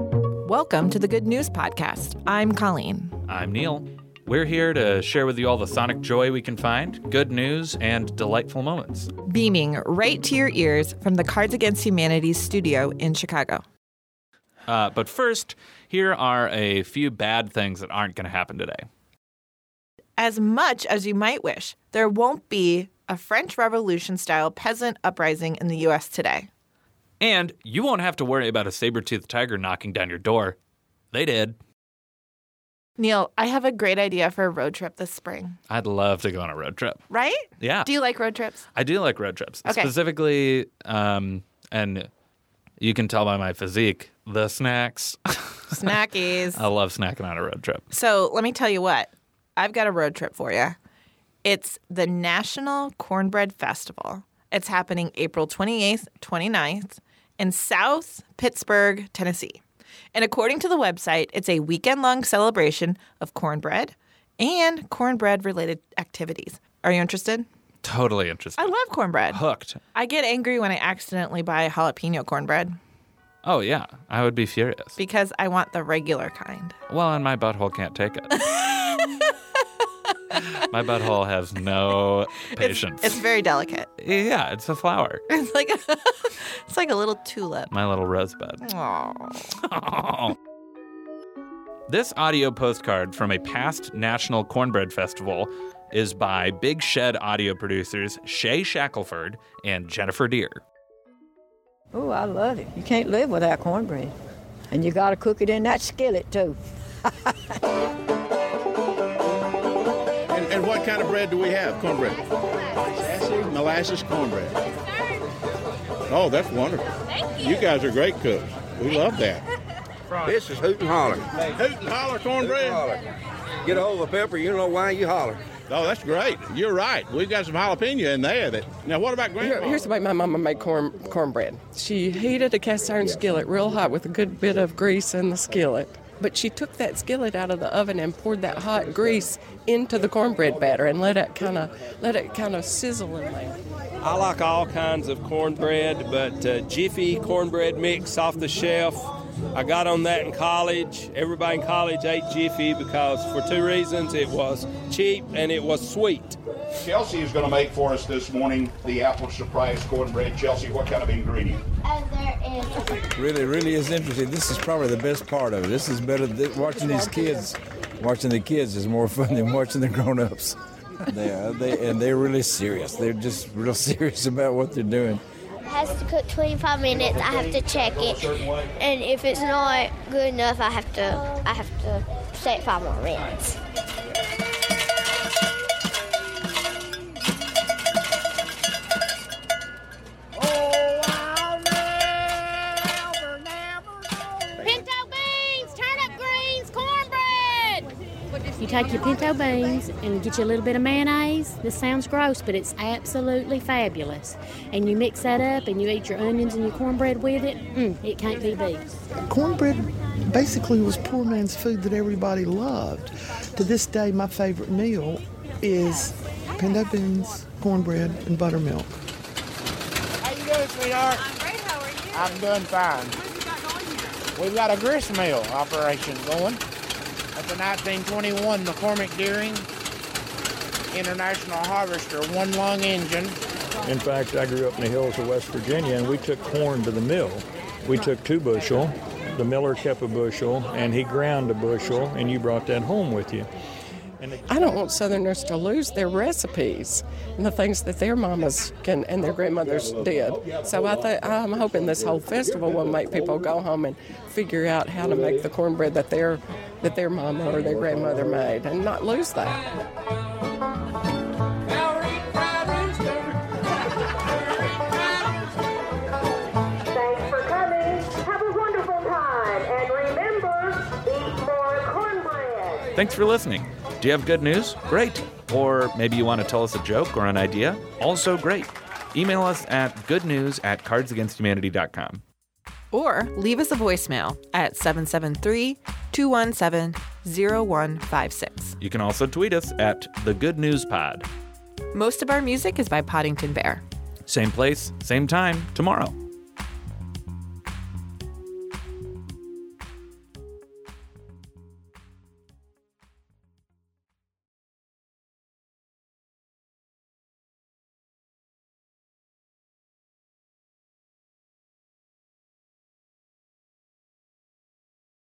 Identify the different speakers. Speaker 1: Welcome to the Good News Podcast. I'm Colleen.
Speaker 2: I'm Neil. We're here to share with you all the sonic joy we can find, good news, and delightful moments.
Speaker 1: beaming right to your ears from the Cards Against Humanity studio in Chicago.
Speaker 2: Uh, but first, here are a few bad things that aren't going to happen today.
Speaker 1: As much as you might wish, there won't be a French Revolution style peasant uprising in the US today.
Speaker 2: And you won't have to worry about a saber toothed tiger knocking down your door. They did.
Speaker 1: Neil, I have a great idea for a road trip this spring,
Speaker 2: I'd love to go on a road trip.
Speaker 1: right?
Speaker 2: Yeah.
Speaker 1: Do you like road trips?
Speaker 2: I do like road trips.
Speaker 1: Okay.
Speaker 2: Specifically, um, and you can tell by my physique, the snacks.
Speaker 1: Snackies.
Speaker 2: I love snacking on a road trip.
Speaker 1: So let me tell you what, I've got a road trip for you. It's the National Cornbread Festival. It's happening April 28th, 29th in South Pittsburgh, Tennessee. And according to the website, it's a weekend long celebration of cornbread and cornbread related activities. Are you interested?
Speaker 2: Totally interesting.
Speaker 1: I love cornbread.
Speaker 2: Hooked.
Speaker 1: I get angry when I accidentally buy jalapeno cornbread
Speaker 2: Oh, yeah. I would be furious.
Speaker 1: because I want the regular kind.
Speaker 2: Well, and my butthole can't take it. my butthole has no patience.
Speaker 1: It's very delicate.
Speaker 2: yeah, it's a flower.
Speaker 1: It's like a, it's like a little tulip.
Speaker 2: My little rosebud.
Speaker 1: Aw.
Speaker 2: This audio postcard from a past National Cornbread Festival is by Big Shed audio producers Shay Shackelford and Jennifer Deer.
Speaker 3: Oh, I love it. You can't live without cornbread. And you got to cook it in that skillet, too.
Speaker 4: And, and what kind of bread do we have? Cornbread. Molasses cornbread. Oh, that's wonderful. Thank you. You guys are great cooks. We love that.
Speaker 5: This is hoot and holler.
Speaker 4: Hoot and holler
Speaker 5: Hoot and
Speaker 4: cornbread.
Speaker 5: holler. Get a hold of a pepper, you know why you holler.
Speaker 4: Oh, that's great. You're right. We've got some jalapeno in there. That now, what about
Speaker 6: Here-
Speaker 4: grandma?
Speaker 6: Here's the way my mama made corn cornbread. She heated a cast iron skillet real hot with a good bit of grease in the skillet. But she took that skillet out of the oven and poured that hot grease into the cornbread batter and let it kind of let it kind of sizzle in there.
Speaker 7: I like all kinds of cornbread, but uh, Jiffy cornbread mix off the shelf. I got on that in college. Everybody in college ate Jiffy because, for two reasons, it was cheap and it was sweet.
Speaker 8: Chelsea is going to make for us this morning the apple surprise cornbread. Chelsea, what kind of ingredient?
Speaker 9: And there is
Speaker 10: Really, really is interesting. This is probably the best part of it. This is better. Th- watching these kids, watching the kids is more fun than watching the grown-ups. They are, they, and they're really serious. They're just real serious about what they're doing.
Speaker 9: has to cook 25 minutes. I have to check it, and if it's not good enough, I have to I have to set five more minutes. Pinto beans, turnip greens, cornbread.
Speaker 11: You take your pinto beans and get you a little bit of mayonnaise. This sounds gross, but it's absolutely fabulous. And you mix that up and you eat your onions and your cornbread with it. Mm, it can't be beat.
Speaker 12: Cornbread basically was poor man's food that everybody loved. To this day, my favorite meal is pinto beans, cornbread, and buttermilk.
Speaker 5: How you doing, sweetheart?
Speaker 9: I'm great. How are you?
Speaker 5: I'm doing fine. We've got a gristmill operation going at the 1921 McCormick Deering International Harvester one lung engine.
Speaker 10: In fact, I grew up in the hills of West Virginia, and we took corn to the mill. We took two bushel. The miller kept a bushel, and he ground a bushel, and you brought that home with you.
Speaker 6: I don't want Southerners to lose their recipes and the things that their mamas can and their grandmothers did. So I th- I'm hoping this whole festival will make people go home and figure out how to make the cornbread that their that their mama or their grandmother made and not lose that.
Speaker 9: Thanks for coming. Have a wonderful time. And remember, eat more cornbread.
Speaker 2: Thanks for listening. Do you have good news? Great. Or maybe you want to tell us a joke or an idea? Also great. Email us at goodnews at cardsagainsthumanity.com.
Speaker 1: or leave us a voicemail at 773 217 0156.
Speaker 2: You can also tweet us at the Good News Pod.
Speaker 1: Most of our music is by Poddington Bear.
Speaker 2: Same place, same time, tomorrow.